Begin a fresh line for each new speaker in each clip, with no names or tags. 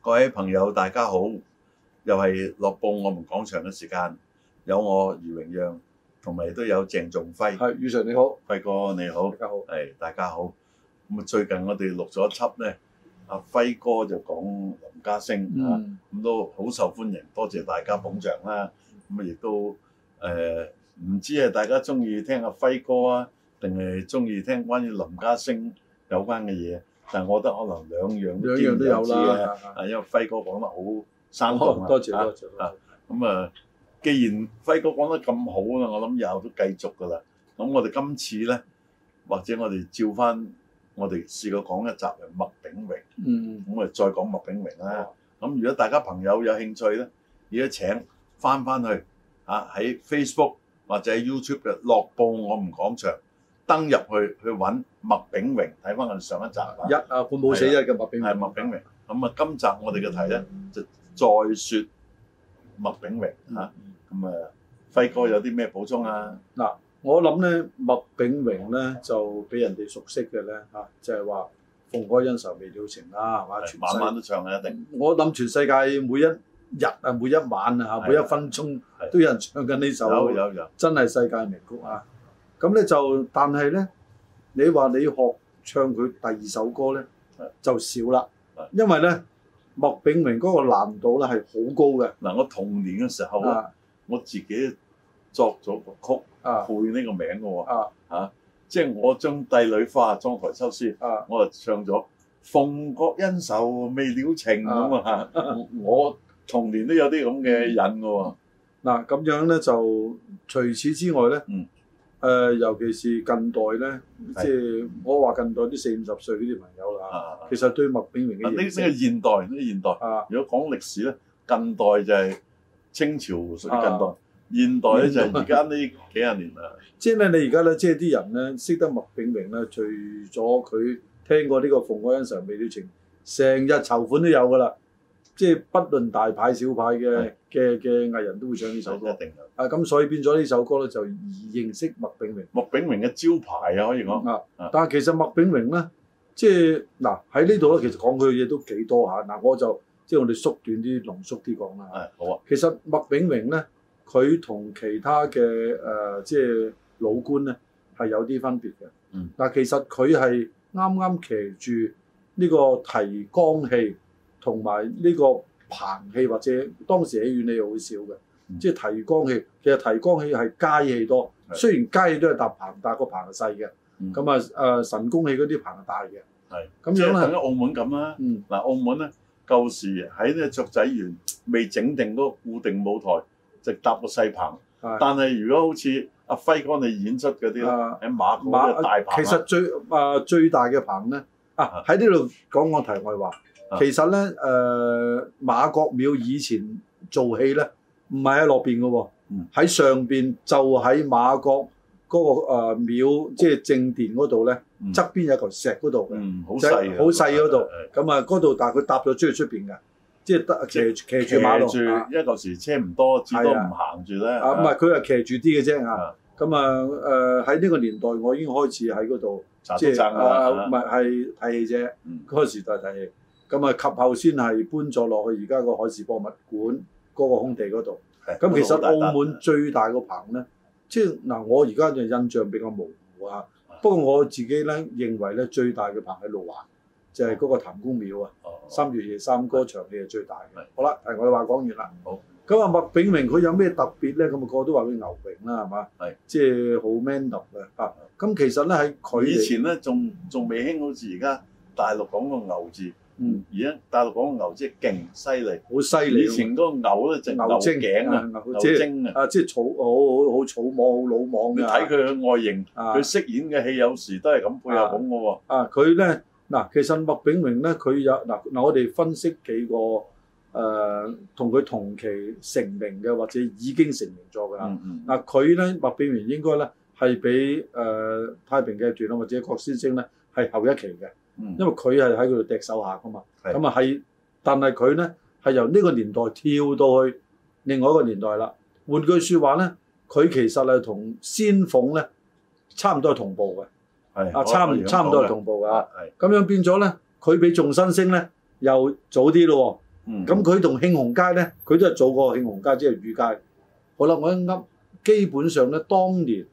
各位朋友，大家好！又係樂報我們講場嘅時間，有我余榮讓，同埋都有鄭仲輝。
係，宇常你好，
輝哥你好
大，家好。
係大家好。咁啊，最近我哋錄咗一輯咧，阿輝哥就講林家聲啊。
嗯，
咁都好受歡迎，多謝大家捧場啦。咁啊，亦都誒唔知係大家中意聽阿輝哥啊，定係中意聽關於林家聲有關嘅嘢？但係我覺得可能兩樣
兩樣都有
兼有之啊。
啦。啊
啊，因為輝哥講得好生動啊。
哦多謝
啊
多謝。
啊咁啊，既然輝哥講得咁好啦，我諗以後都繼續㗎啦。咁我哋今次咧，或者我哋照翻我哋試過講一集係麥炳榮，
嗯，
咁我哋再講麥炳榮啦。
啊，
咁如果大家朋友有興趣咧，而家請翻翻去啊喺 Facebook 或者 YouTube 嘅樂報我唔講場，登入去去揾麥炳榮睇翻我哋上一集啊
一，啊，半冇死一嘅麥炳榮
係麥炳榮。咁啊，今集我哋嘅題咧就再説麥炳榮嚇，
嗯
咁啊輝哥有啲咩補充啊？
我諗咧，麥炳榮咧就俾人哋熟悉嘅咧嚇，就係話鳳哥恩仇未了情啦，係嘛？啊全世
晚晚都唱啊嘅一定，
我諗全世界每一日啊，每一晚啊，
係
每一分鐘
係
都有人唱緊呢首。
有有有，
真係世界名曲啊！咁咧就，但係咧，你話你學唱佢第二首歌咧
係，
就少啦
係，
因為咧麥炳榮嗰個難度咧係好高嘅
嗱我童年嘅時候咧，
啊
我自己作咗個曲
啊
配呢個名嘅喎。
啊
即係我將帝女花裝台修詩，
啊！
我就唱咗鳳閣恩仇未了情咁啊！我童年都有啲咁嘅癮嘅
嗱咁樣咧就除此之外咧，
嗯
誒尤其是近代咧，即係我話近代啲四五十歲呢啲朋友
喎。
啦，
啊，
其實對麥炳榮
呢
嘅
啊呢個
認識
現代，呢個現代。
啊，
如果講歷史咧，近代就係清朝屬於近代
啊，
現代咧就係而家呢幾廿年啦。
即係咧你而家咧，即係啲人咧識得麥炳榮咧，除咗佢聽過呢個《鳳閣恩仇未了情》，成日籌款都有㗎啦。即係不論大牌小牌嘅嘅嘅藝人都會唱呢首
首
歌
歌一。定有。
啊，咁所以變咗呢首歌咧就易認識麥炳榮。
麥炳榮嘅招牌啊，可以講
啊
啊，
但係其實麥炳榮咧，即係嗱喺呢度咧，其實講佢嘅嘢都幾多下。嗱，我就即係我哋縮短啲、濃縮啲講啦。
係好啊，
其實麥炳榮咧，佢同其他嘅誒、呃即係老官咧係有啲分別嘅。
嗯，
嗱，其實佢係啱啱騎住呢個提綱器同埋呢個棚戲，或者當時戲院你好少嘅，
嗯
即係提綱器。其實提綱器係街戲多，
係
雖然街戲都係搭棚，但係個棚係細嘅。
嗯
咁啊誒神功戲嗰啲棚係大嘅。
係
咁
即係
樣啊
等於
咧，
澳門咁啦。
嗯
嗱，澳門咧舊時喺呢個雀仔園未整定嗰個固定舞台，就搭個細棚。
係。
但係如果好似阿輝哥你演出嗰啲咧，
啊
喺馬國嘅大棚啊，
其實最啊、最大嘅棚咧啊喺呢度講個題外話，
啊
其實咧誒、呃、馬國廟以前做戲咧唔係喺落邊嘅喎
嗯，
喺、上邊就喺馬國嗰、個誒、呃、廟即係正殿嗰度咧，
嗯
側邊有嚿石嗰度嘅，
嗯好
就
細
係
嘅
好細嗰度
係，
咁啊嗰度但係佢搭咗出去出邊嘅，即係得騎騎
騎
住馬路
住，
啊
因為舊時車唔多，至多
係
唔
啊
行住咧。
啊唔係佢係騎住啲嘅啫
啊
啊，咁啊誒喺呢個年代我已經開始喺嗰度。
查
即
都
係
爭
啊，唔
啦。
係係睇戲啫。
嗯
嗰個時代睇戲，咁啊及後先係搬咗落去而家個海事博物館嗰個空地嗰度。
係
咁其實
好大啊
澳
笪
門最大個棚咧，即係嗱，我而家就印象比較模糊啊。不過我自己咧認為咧，最大嘅棚喺路環，就係嗰個譚公廟啊。
哦
三月夜三歌場戲係最大嘅
係。
好啦，題外話講完啦。
好。
咁啊，麥炳榮佢有咩特別咧？咁啊，個個都話佢牛榮啦，係嘛？
係。
即係好 man 嘅啊！咁其實咧喺佢哋
以前咧仲仲未興好似而家大陸講個牛字，
嗯
而家大陸講個牛即係勁犀利。
好犀利
以
啊。
前嗰個牛咧就
牛
牛
精
頸啊，
啊
牛
即係
精啊。
啊，即係草好好好草莽，好魯莽
你
嘅。
睇佢嘅外形，
啊
佢飾演嘅戲有時都係咁配合咁嘅喎。
啊，佢咧嗱，其實麥炳榮咧，佢有嗱嗱，我哋分析幾個誒同佢同期成名嘅或者已經成名咗㗎啦。
嗯嗯，
嗱，佢咧麥炳榮應該咧係比誒太平劇團啊或者郭先生咧係後一期嘅，
嗯
因為佢係喺佢哋敵手下㗎嘛。
係
咁啊係，但係佢咧係由呢個年代跳到去另外一個年代啦。換句説話咧，佢其實係同仙鳳咧差唔多係同步嘅。
係
啊差唔差唔多係同步㗎。
啊係
咁樣變咗咧，佢比仲新星咧又早啲
嗯
咯喎。咁佢同慶紅街咧，佢都係早過慶紅街，即係雨街。好啦，我一噏，基本上咧，當年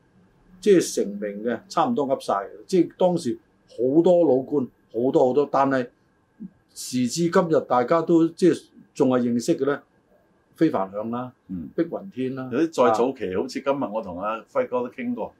即係成名嘅，差唔多噏晒嘅。即係當時好多老官，好多好多，但係時至今日，大家都即係仲係認識嘅咧，非凡響啦，
嗯
碧雲天啦，
有啲再早期，好似今日我同阿輝哥都傾過，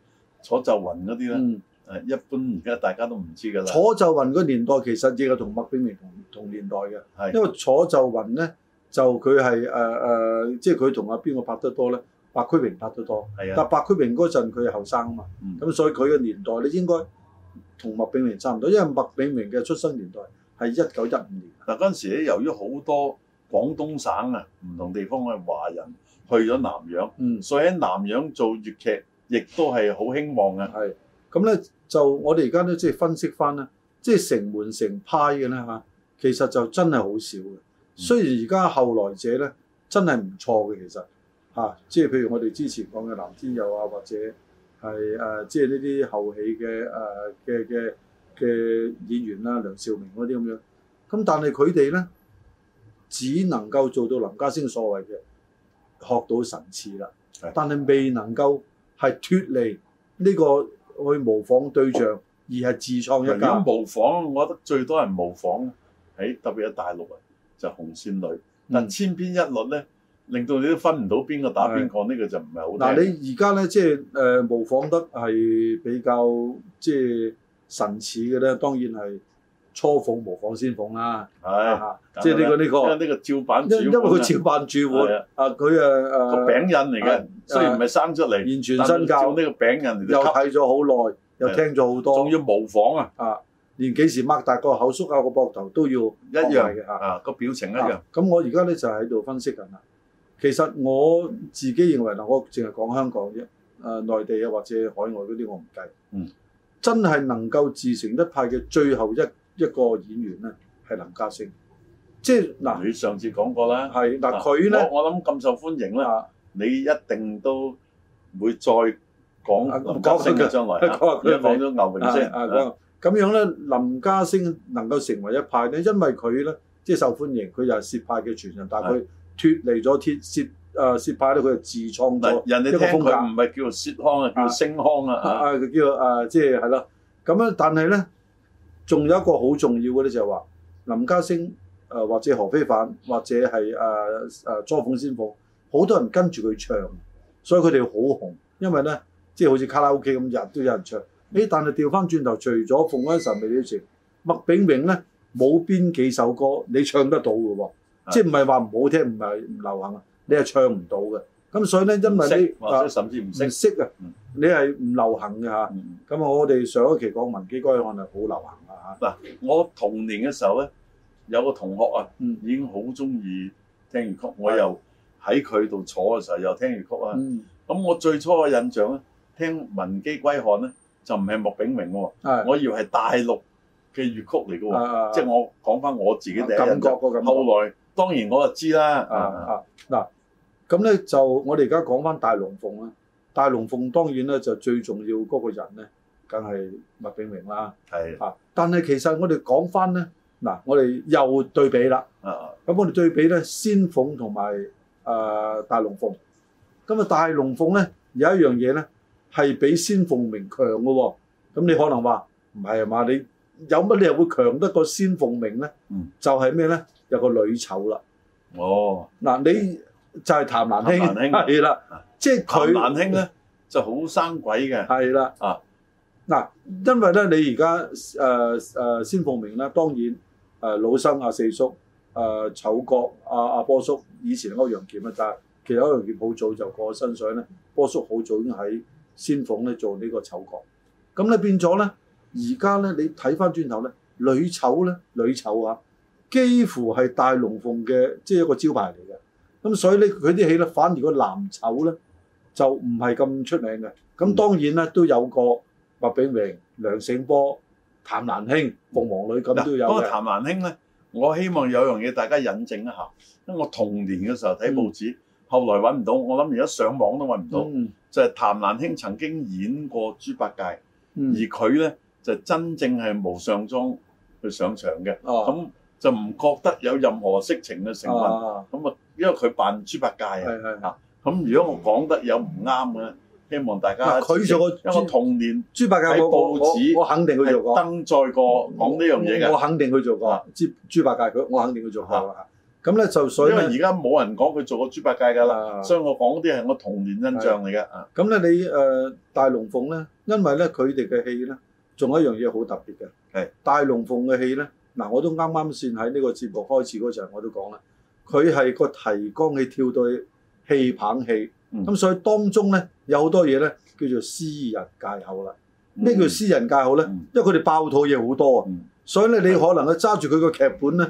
楚就雲嗰啲咧，
嗯。
誒一般而家大家都唔知㗎啦。
楚就雲個年代其實亦係同麥炳明同同年代嘅，
係
因為楚就雲咧就佢係誒誒，即係佢同阿邊個拍得多咧？白駒榮拍得多，
係啊，
但白駒榮嗰陣佢係後生啊嘛，
嗯
咁所以佢嘅年代咧應該同麥炳明差唔多，因為麥炳明嘅出生年代係一九一五年，
嗱嗰陣時咧，由於好多廣東省啊唔同地方嘅華人去咗南洋，
嗯，
所以喺南洋做粵劇亦都係好興旺啊嘅。
係咁咧就我哋而家都即係分析翻啦，即係城門城派嘅啦嚇，其實就真係好少嘅。
嗯
雖然而家後來者咧真係唔錯嘅，其實嚇、啊即係譬如我哋之前講嘅藍天佑啊，或者係誒、呃即係呢啲後起嘅誒嘅嘅嘅演員啦、梁兆明嗰啲咁樣。咁但係佢哋咧只能夠做到林家聲所謂嘅學到神似啦
係，
但係未能夠係脱離呢個去模仿對象，而係自創
如
一
果
家。
模仿，我覺得最多人模仿喺特別喺大陸啊，就紅線女。但
嗯
千篇一律咧，令到你都分唔到邊個打邊個，呢個就唔係好
嗱，
聽。
你而家咧即係誒模仿得係比較即係神似嘅咧，當然係初鳳模仿先鳳啦，
係，
啊即係呢個呢
因為
個，
呢個照版主
因因為佢
照
照辦住
係
碗
啊
啊，佢
個
誒
餅印嚟嘅
係，
雖然唔係生出嚟，
誒言
但係
傳身教
照，呢個餅印嚟到
又
吸，
睇咗好耐，又
係
聽咗
仲
好多，
要模仿啊，
連幾時擘大個口縮下個膊頭都要
一樣
嘅嚇。
啊個表情一樣
啊。咁我而家咧就喺度分析緊啦。其實我自己認為嗱，我淨係講香港啫，誒、內地啊或者海外嗰啲我唔計。
嗯，
真係能夠自成一派嘅最後一一個演員咧，係林家聲。即係嗱，
啊你上次講過啦，
係嗱
啊
佢咧
我我諗咁受歡迎啦，
啊，
你一定都會再
啊
講林家聲嘅
講
將來
講
啊
講
而家講咗牛
啊
榮先
啊
啊，
咁咁樣咧，林家聲能夠成為一派咧，因為佢咧即係受歡迎，佢又係薛派嘅傳人，但係佢脱離咗鐵薛誒薛派咧，佢就自創咗
嗱。人哋
一個
聽
風格
佢唔係叫做薛康啊，叫
啊
星康啊啊。
啊，佢叫啊，即係係啦。咁樣，但係咧，仲有一個好重要嘅咧，就係話林家聲誒、呃或者何非凡，或者係誒誒初鳳先鳳，好多人跟住佢唱，所以佢哋好紅，因為咧，即係好似卡拉 OK 咁，日日都有人唱。誒，但係調翻轉頭，除咗《鳳安神秘戀情》，麥炳榮咧冇邊幾首歌你唱得到嘅喎，
係
即係唔係話唔好聽，唔係唔流行啊，你係唱唔到嘅。咁所以咧，因
唔
為
識
你
或
啊
者甚至唔識
唔。識啊
嗯，
你係唔流行嘅嚇。
嗯
咁我哋上一期講民基該案係好流行啊嚇。
我童年嘅時候咧，有個同學啊，
嗯啊
已經好中意聽粵曲，我又喺佢度坐嘅時候又聽粵曲啊。
嗯，
咁我最初嘅印象咧，聽《文姬歸漢》咧，就唔係麥炳榮喎，
係
我以為係大陸嘅粵曲嚟嘅喎，
啊
即係我講翻我自己第一印
感覺
象。
個感覺。
後來當然我就知啦，
啊
啊
啊嗱，咁咧就我哋而家講翻大龍鳳啦。大龍鳳當然咧就最重要嗰個人咧，梗係麥炳榮啦
係
嚇。但係其實我哋講翻咧，嗱我哋又對比啦。
啊
咁我哋對比咧，仙鳳同埋誒大龍鳳。咁啊，大龍鳳咧有一樣嘢咧係比仙鳳鳴強嘅喎。咁你可能話唔係啊嘛？你有乜理由會強得過仙鳳鳴咧？
嗯
就係咩咧？有個女丑啦。
哦，
嗱，你就係譚蘭
譚
卿，
蘭卿
係啦
啊，
即係
譚
佢
蘭卿咧就好生鬼嘅，
係啦
啊。
嗱，因為咧你而家誒誒仙鳳鳴咧，當然誒、呃老生阿四叔、誒、呃、丑角阿阿波叔，以前歐陽劍啊，但係其實歐陽劍好早就過咗身水咧，波叔好早已經喺仙鳳咧做呢個丑角。咁咧變咗咧，而家咧你睇翻轉頭咧，女丑咧女丑啊，幾乎係大龍鳳嘅即係一個招牌嚟嘅。咁所以咧佢啲戲咧，反而個男丑咧就唔係咁出名嘅。
嗯
咁當然咧都有個麥炳榮、梁醒波、譚蘭卿、鳳凰女咁
嗱，
都有
嗰個
嘅。
譚蘭卿咧，我希望有樣嘢大家引證一下，因為我童年嘅時候睇報紙，後來揾唔到，我諗而家上網都揾唔到，
嗯嗯
就係譚蘭卿曾經演過豬八戒，而
嗯
佢咧就真正係無上裝去上場嘅，
哦，
咁就唔覺得有任何色情嘅成分。
啊，
咁啊，因為佢扮豬八戒啊。
係係
啊咁如果我講得有唔啱嘅，希望大家
嗱佢做個
因為我
豬
童年
豬八戒，
喺
我我
報紙
我我肯定佢
係
做過。
登載過講呢樣嘢嘅
我。肯定佢做過
啊
豬豬八戒佢，我肯定佢做過啦。咁咧就所以
因為
咧
而，家冇人講佢做過豬八戒㗎啦，
啊
所以我講啲係我童年印象嚟嘅。啊
咁咧你誒大龍鳳咧，因為咧佢哋嘅戲咧，仲有一樣嘢好特別嘅。
係
大龍鳳嘅戲咧，嗱我都啱啱先喺呢個節目開始嗰陣我都講啦，佢係個提綱戲跳到戲棒戲，
嗯
咁、所以當中咧有好多嘢咧叫做私人戒口啦。咩叫私人戒口咧？
嗯
因為佢哋爆肚嘢好多啊。
嗯
所以咧，你可能咧揸住佢個劇本咧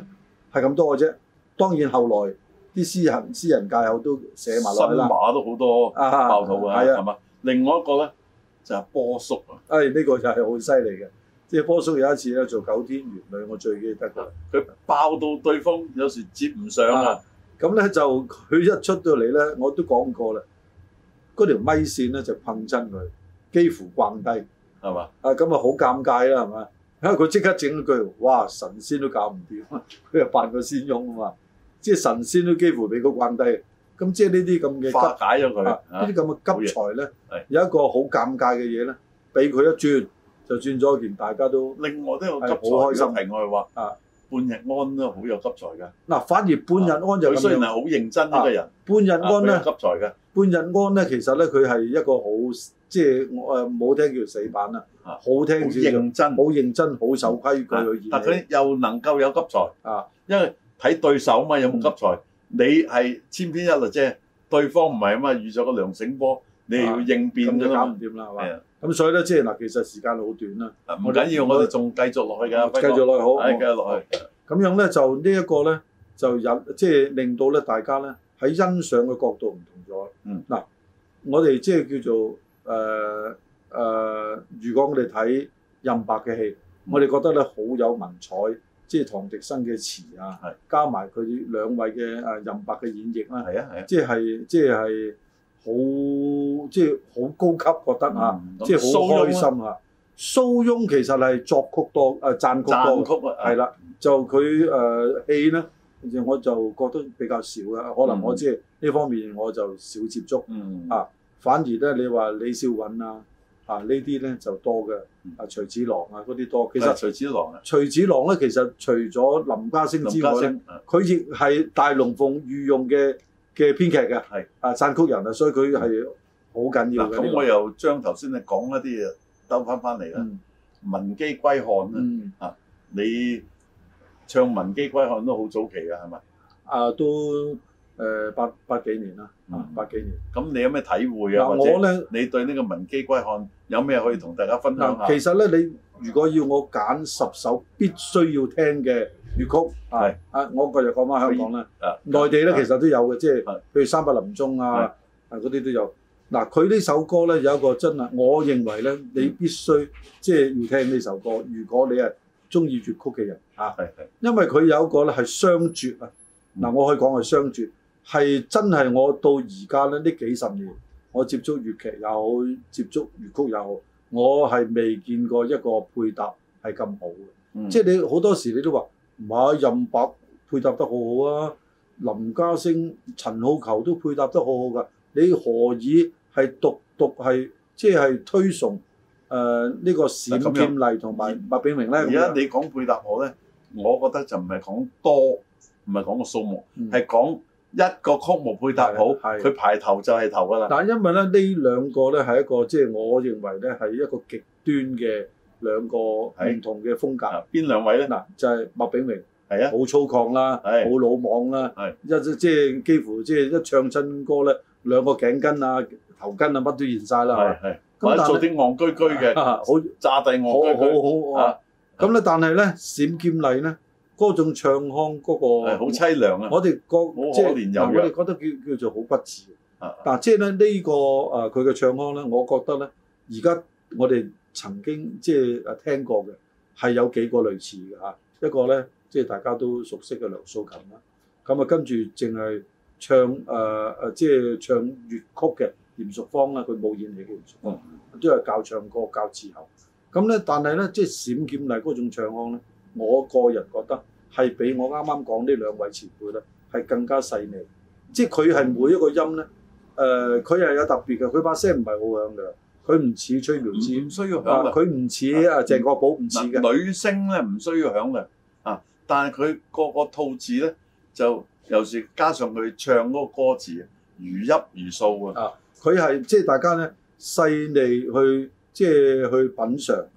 係咁多嘅啫。當然後來啲私人私人界口都寫埋落去
新
啦。
馬都好多
啊，
爆肚㗎，
係
係
啊，
嘛？另外一個咧就係波叔啊，
誒呢、個就係好犀利嘅。即係波叔有一次咧做九天玄女，我最記得㗎。
佢爆到對方有時接唔上啊，
咁咧就佢一出到嚟咧，我都講過啦，嗰條咪線咧就碰親佢，幾乎逛低。
係嘛？
啊，咁啊好尷尬啦，係咪？因為佢即刻整一句，哇！神仙都搞唔掂，啊佢又扮個仙翁啊嘛，即係神仙都幾乎俾佢慣低。咁即係呢啲咁嘅
化
急
解咗佢
啊，呢
啊
啲咁嘅急財咧
係，
有一個好尷尬嘅嘢咧，俾佢一轉就轉咗件，大家都
另外都有急
係好開心
財嘅題外話
啊，
半日安都好有急財㗎。
嗱、反而半日安就
佢
咁
雖然係
樣，
好認真呢個人，
半日
啊
安
佢有
咧，
急財㗎。
半日安咧，其實咧佢係一個好即係我誒冇聽叫死板啦，
啊
好聽
好
叫做
認真，
好認真、好守規矩去演
但
戲。
佢又能夠有急財
啊，
因為睇對手嘛，有冇急財？你係千篇一律啫，對方唔係啊嘛，遇咗個梁醒波，你係要應變㗎
咁就
啦
搞
嘛
唔。掂啦，係
係
嘛
啊？
咁所以咧，即係嗱，其實時間好短啦，
啊唔緊要，
我哋
我哋仲繼續落去㗎，輝
繼
哥
續落去好。
啊係繼續落去。
咁樣咧，就呢一個咧，就引即係令到咧大家咧喺欣賞嘅角度唔同咗。
嗯，
嗱，我哋即係叫做誒誒，如果我哋睇任白嘅戲，
嗯
我哋覺得咧好有文采，即係唐迪生嘅詞啊
係，
加埋佢兩位嘅誒任白嘅演繹啦，
係啊係啊
即係即係好即係好高級，覺得啊。
嗯，
即係好
蘇
開心啊！蘇翁其實係作曲多呃誒讚曲
翁
多
啊，讚曲啊，
嘅，係啦，就佢誒戲咧，我就覺得比較少嘅，可能我
嗯
即係呢方面我就少接觸，
嗯
啊反而咧你話李少韻啊啊呢啲咧就多嘅
嗯，
啊徐子郎啊嗰啲多。其
其實
實
徐子郎啊，
徐子郎咧，其實除咗林家聲
林
之
家
外咧，
聲啊，
佢亦係大龍鳳御用嘅嘅編劇嘅，
係嗯
啊讚曲人啊，所以佢係好緊要
嗱
嘅。
咁我又將頭先你講一啲嘢兜翻翻嚟啦，
嗯
文姬歸漢啊，
嗯。
你唱文姬歸漢都好早期㗎係咪？
啊，都誒、呃八八幾年啦，啊
嗯
八幾年。
咁你有咩體會
嗱、
啊？或
我
者
咧
你對呢個文姬歸漢有咩可以同大家分享
嗱，
下？
啊其實咧，你如果要我揀十首必須要聽嘅粵曲，啊
係
啊，我今日講翻香港啦，
啊
內地咧
啊
其實都有嘅，即係
係
譬如三百林鐘
係
啊，啊嗰啲都有。嗱，佢呢首歌咧有一個真係，啊我認為咧你必須即係要聽呢首歌。如果你係中意粵曲嘅人啊。
係係
因為佢有一個咧係雙絕啊！
嗯
嗱，我可以講係雙絕，係真係我到而家咧呢幾十年，我接觸粵劇又好，接觸粵曲又好，我係未見過一個配搭係咁好嘅。
嗯
即係你好多時你都話唔係任白配搭得好好啊，林家聲、陳浩球都配搭得好好㗎。你何以係獨獨係即係推崇誒呢、個
嗱咁
冼
樣
劍麗同埋麥炳榮咧？
而
咁
家
樣
你講配搭好咧，我覺得就唔係講多，唔係講個數目，
嗯
係講一個曲目配搭好，
係係
佢排頭就係頭㗎 啦。
但因為咧呢兩個咧係一個即係我認為咧係一個極端嘅兩個唔同嘅風格。
啊邊兩位咧？
嗱就係麥炳榮
係啊，
好粗犷啦，
係
好魯莽啦
係，
一即即係幾乎即係一唱親歌咧，兩個頸巾啊、頭巾啊乜都現晒啦
係。係，
咁
或者
但
做
係
啲戇居居嘅，
啊 好
炸地戇居居，
好好好啊！咁咧，但係咧閃劍麗咧嗰種唱腔
係
嗰個
好凄涼啊！
我哋覺即
可憐
係
又
嗱我
弱
哋覺得叫叫做好不智。
啊
嗱，即係咧呢個誒佢嘅唱腔咧，我覺得咧，而家我哋曾經即係誒聽過嘅係有幾個類似嘅嚇，一個咧即係大家都熟悉嘅梁素琴啦，咁啊跟住淨係唱誒誒、呃即係唱粵曲嘅嚴淑芳啦，佢冇演戲嘅嚴淑芳，都係教唱歌教字喉。咁咧，但係咧，即係閃劍麗嗰種唱腔咧，我個人覺得係比我啱啱講呢兩位前輩咧係更加細膩，即係佢係每一個音咧，誒佢係有特別嘅，佢把聲唔係好響嘅，佢唔似崔妙
唔
芝，
唔需要響
啊
啦。
佢唔似啊鄭國寶，唔似嘅，
嗱，女聲咧唔需要響亮啊，但係佢個個吐字咧就有時加上佢唱嗰個歌詞如泣如訴啊，
佢係即係大家咧細膩去即係去品嚐誒呢、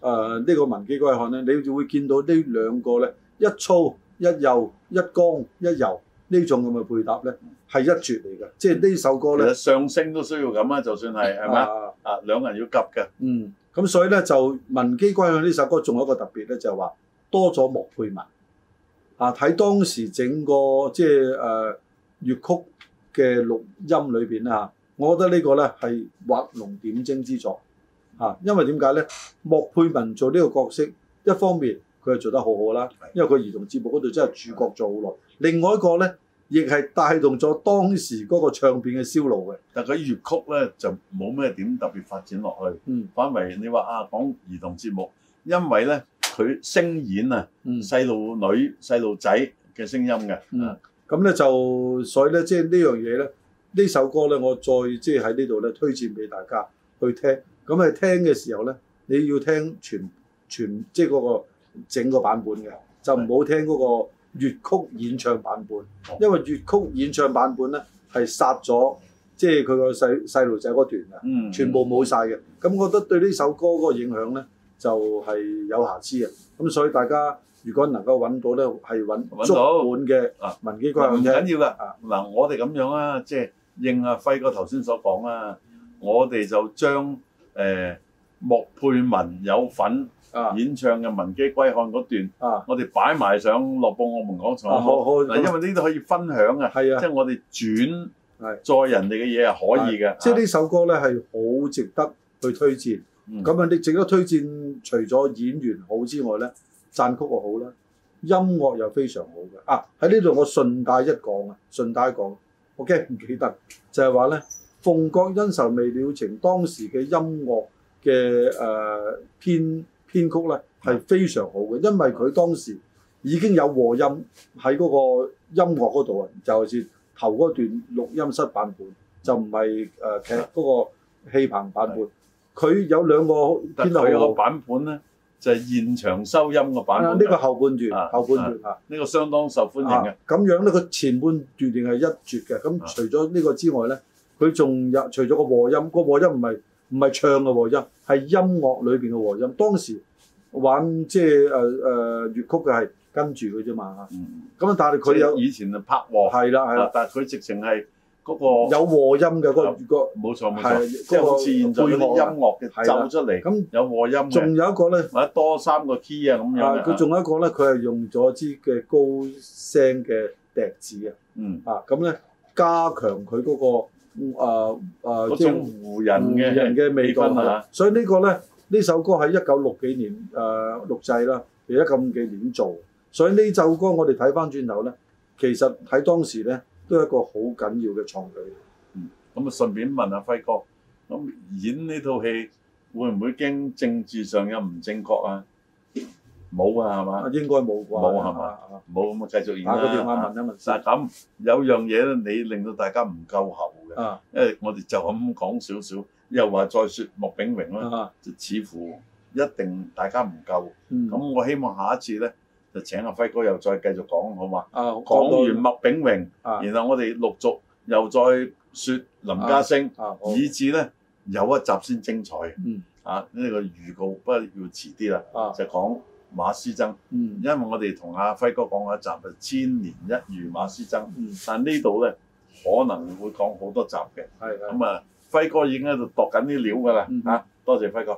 個文姬歸漢咧，你就會見到呢兩個咧一粗一幼一剛一柔呢種咁嘅配搭咧係一絕嚟嘅，即係呢首歌
其
咧
實上聲都需要咁啊，就算係係咪啊
啊
啊，兩人要夾嘅，
嗯，咁所以咧就《文姬歸漢》呢首歌仲有一個特別咧，就係、話多咗莫佩文啊！睇當時整個即係誒、呃、粵曲嘅錄音裏邊啦嚇，我覺得呢個咧係畫龍點睛之作啊！因為點解咧？莫佩文做呢個角色，一方面佢係做得好好啦，因為佢兒童節目嗰度真係主角做好耐。另外一個咧，亦係帶動咗當時嗰個唱片嘅銷路嘅。
但係佢粵曲咧就冇咩點特別發展落去，
嗯
反為你話啊講兒童節目，因為咧佢聲演啊
嗯。
細路女細路仔嘅聲音嘅，
嗯
啊
咁咧就所以咧，即係呢樣嘢咧，呢首歌咧，我再即係喺呢度咧推薦俾大家去聽。咁係聽嘅時候咧，你要聽全全即係嗰個整個版本嘅，就唔好聽嗰個粵曲演唱版本，因為粵曲演唱版本咧係殺咗即係佢個細細路仔嗰段啊嘅。
嗯，
全部冇晒嘅。咁我覺得對呢首歌嗰個影響咧，就係、有瑕疵嘅。咁所以大家如果能夠揾到咧，係揾
揾
足
到
本嘅
啊
文基歸
唔
向聽。
緊要噶
啊。
嗱，我哋咁樣啊，即係應阿輝哥頭先所講啊，我哋就將誒莫佩文有份
啊
演唱嘅《文姬歸漢》嗰段，
啊
我哋擺埋上樂報我們講
啊！
場。
好好
嗱，因為呢度可以分享啊，
係
即
啊，
係我哋轉
係
載人哋嘅嘢係可以嘅。
即係呢首歌咧係好值得去推薦。
嗯
咁啊，你值得推薦，除咗演員好之外咧，讚曲又好啦，音樂又非常好嘅。啊，喺呢度我順帶一講啊，順帶一講，我驚唔記得，就係話咧，《鳳閣恩仇未了情》當時嘅音樂嘅誒、呃、編編曲咧係非常好嘅，因為佢當時已經有和音喺嗰個音樂嗰度啊，尤其是頭嗰段錄音室版本，就唔係誒劇嗰個戲棚版本。佢有兩個
啊但
編得
佢
好
個
好，
版本咧就係現場收音嘅版
啊
本
呢
㗎，
個後半段，
啊
後半段啊。
呢個相當受歡迎嘅
啊。咁樣咧，佢前半段段係一絕嘅。咁
啊
除咗呢個之外咧，佢仲有除咗個和音，個和音唔係唔係唱嘅和音，係音樂裏邊嘅和音。當時玩即係誒誒粵曲嘅係跟住佢啫嘛。
嗯，
咁啊，但係
佢
佢
有
有
以前就拍和，
係啦係
啊
啦，
但係佢直情係嗰個
有和音嘅嗰個
啊
個
冇錯冇錯。
係
即係好似現
嗰
在嗰
個
啲
配樂啊。
音樂嘅奏出嚟，
咁
有和音嘅，
仲有一個咧。
或者多三個 key 啊咁
啊！
樣
佢
嘅。
仲有一個咧，佢係用咗支嘅高聲嘅笛子啊，
嗯，
啊咁咧加強佢嗰、個啊啊
嗰
即係
種湖人嘅
人嘅味道
氣氛啊，
所以呢個咧呢首歌喺一九六幾年誒、呃、錄製啦，而家咁幾年做，所以呢首歌我哋睇翻轉頭咧，其實喺當時咧都係一個好緊要嘅創舉。
咁啊順便問下輝哥，咁演呢套戲會唔會驚政治上有唔正確啊？冇啊，係
啊
嘛？
應該冇啩？
冇係嘛
啊？啊
冇咁啊，繼續演
打個電
啦
話。問一問
但係
先
咁有樣嘢咧，你令到大家唔夠喉嘅，
啊
因為我哋就咁講少少，又話再説莫炳榮啦，
啊
就似乎一定大家唔夠。
嗯
咁我希望下一次咧，就請阿輝哥又再繼續講，好嘛？
啊
講完麥炳榮，
啊
然後我哋陸續又再説林家聲，
啊好
以至咧有一集先精彩嘅
嗯
啊！呢、個預告不過要遲啲啦，
啊
就講馬師曾，
嗯
因為我哋同阿輝哥講嗰一集係千年一遇馬師曾，
嗯
但呢度咧可能會講好多集嘅。
係係。
咁啊，輝哥已經喺度度緊啲料㗎啦
嗯
嚇，多謝輝哥。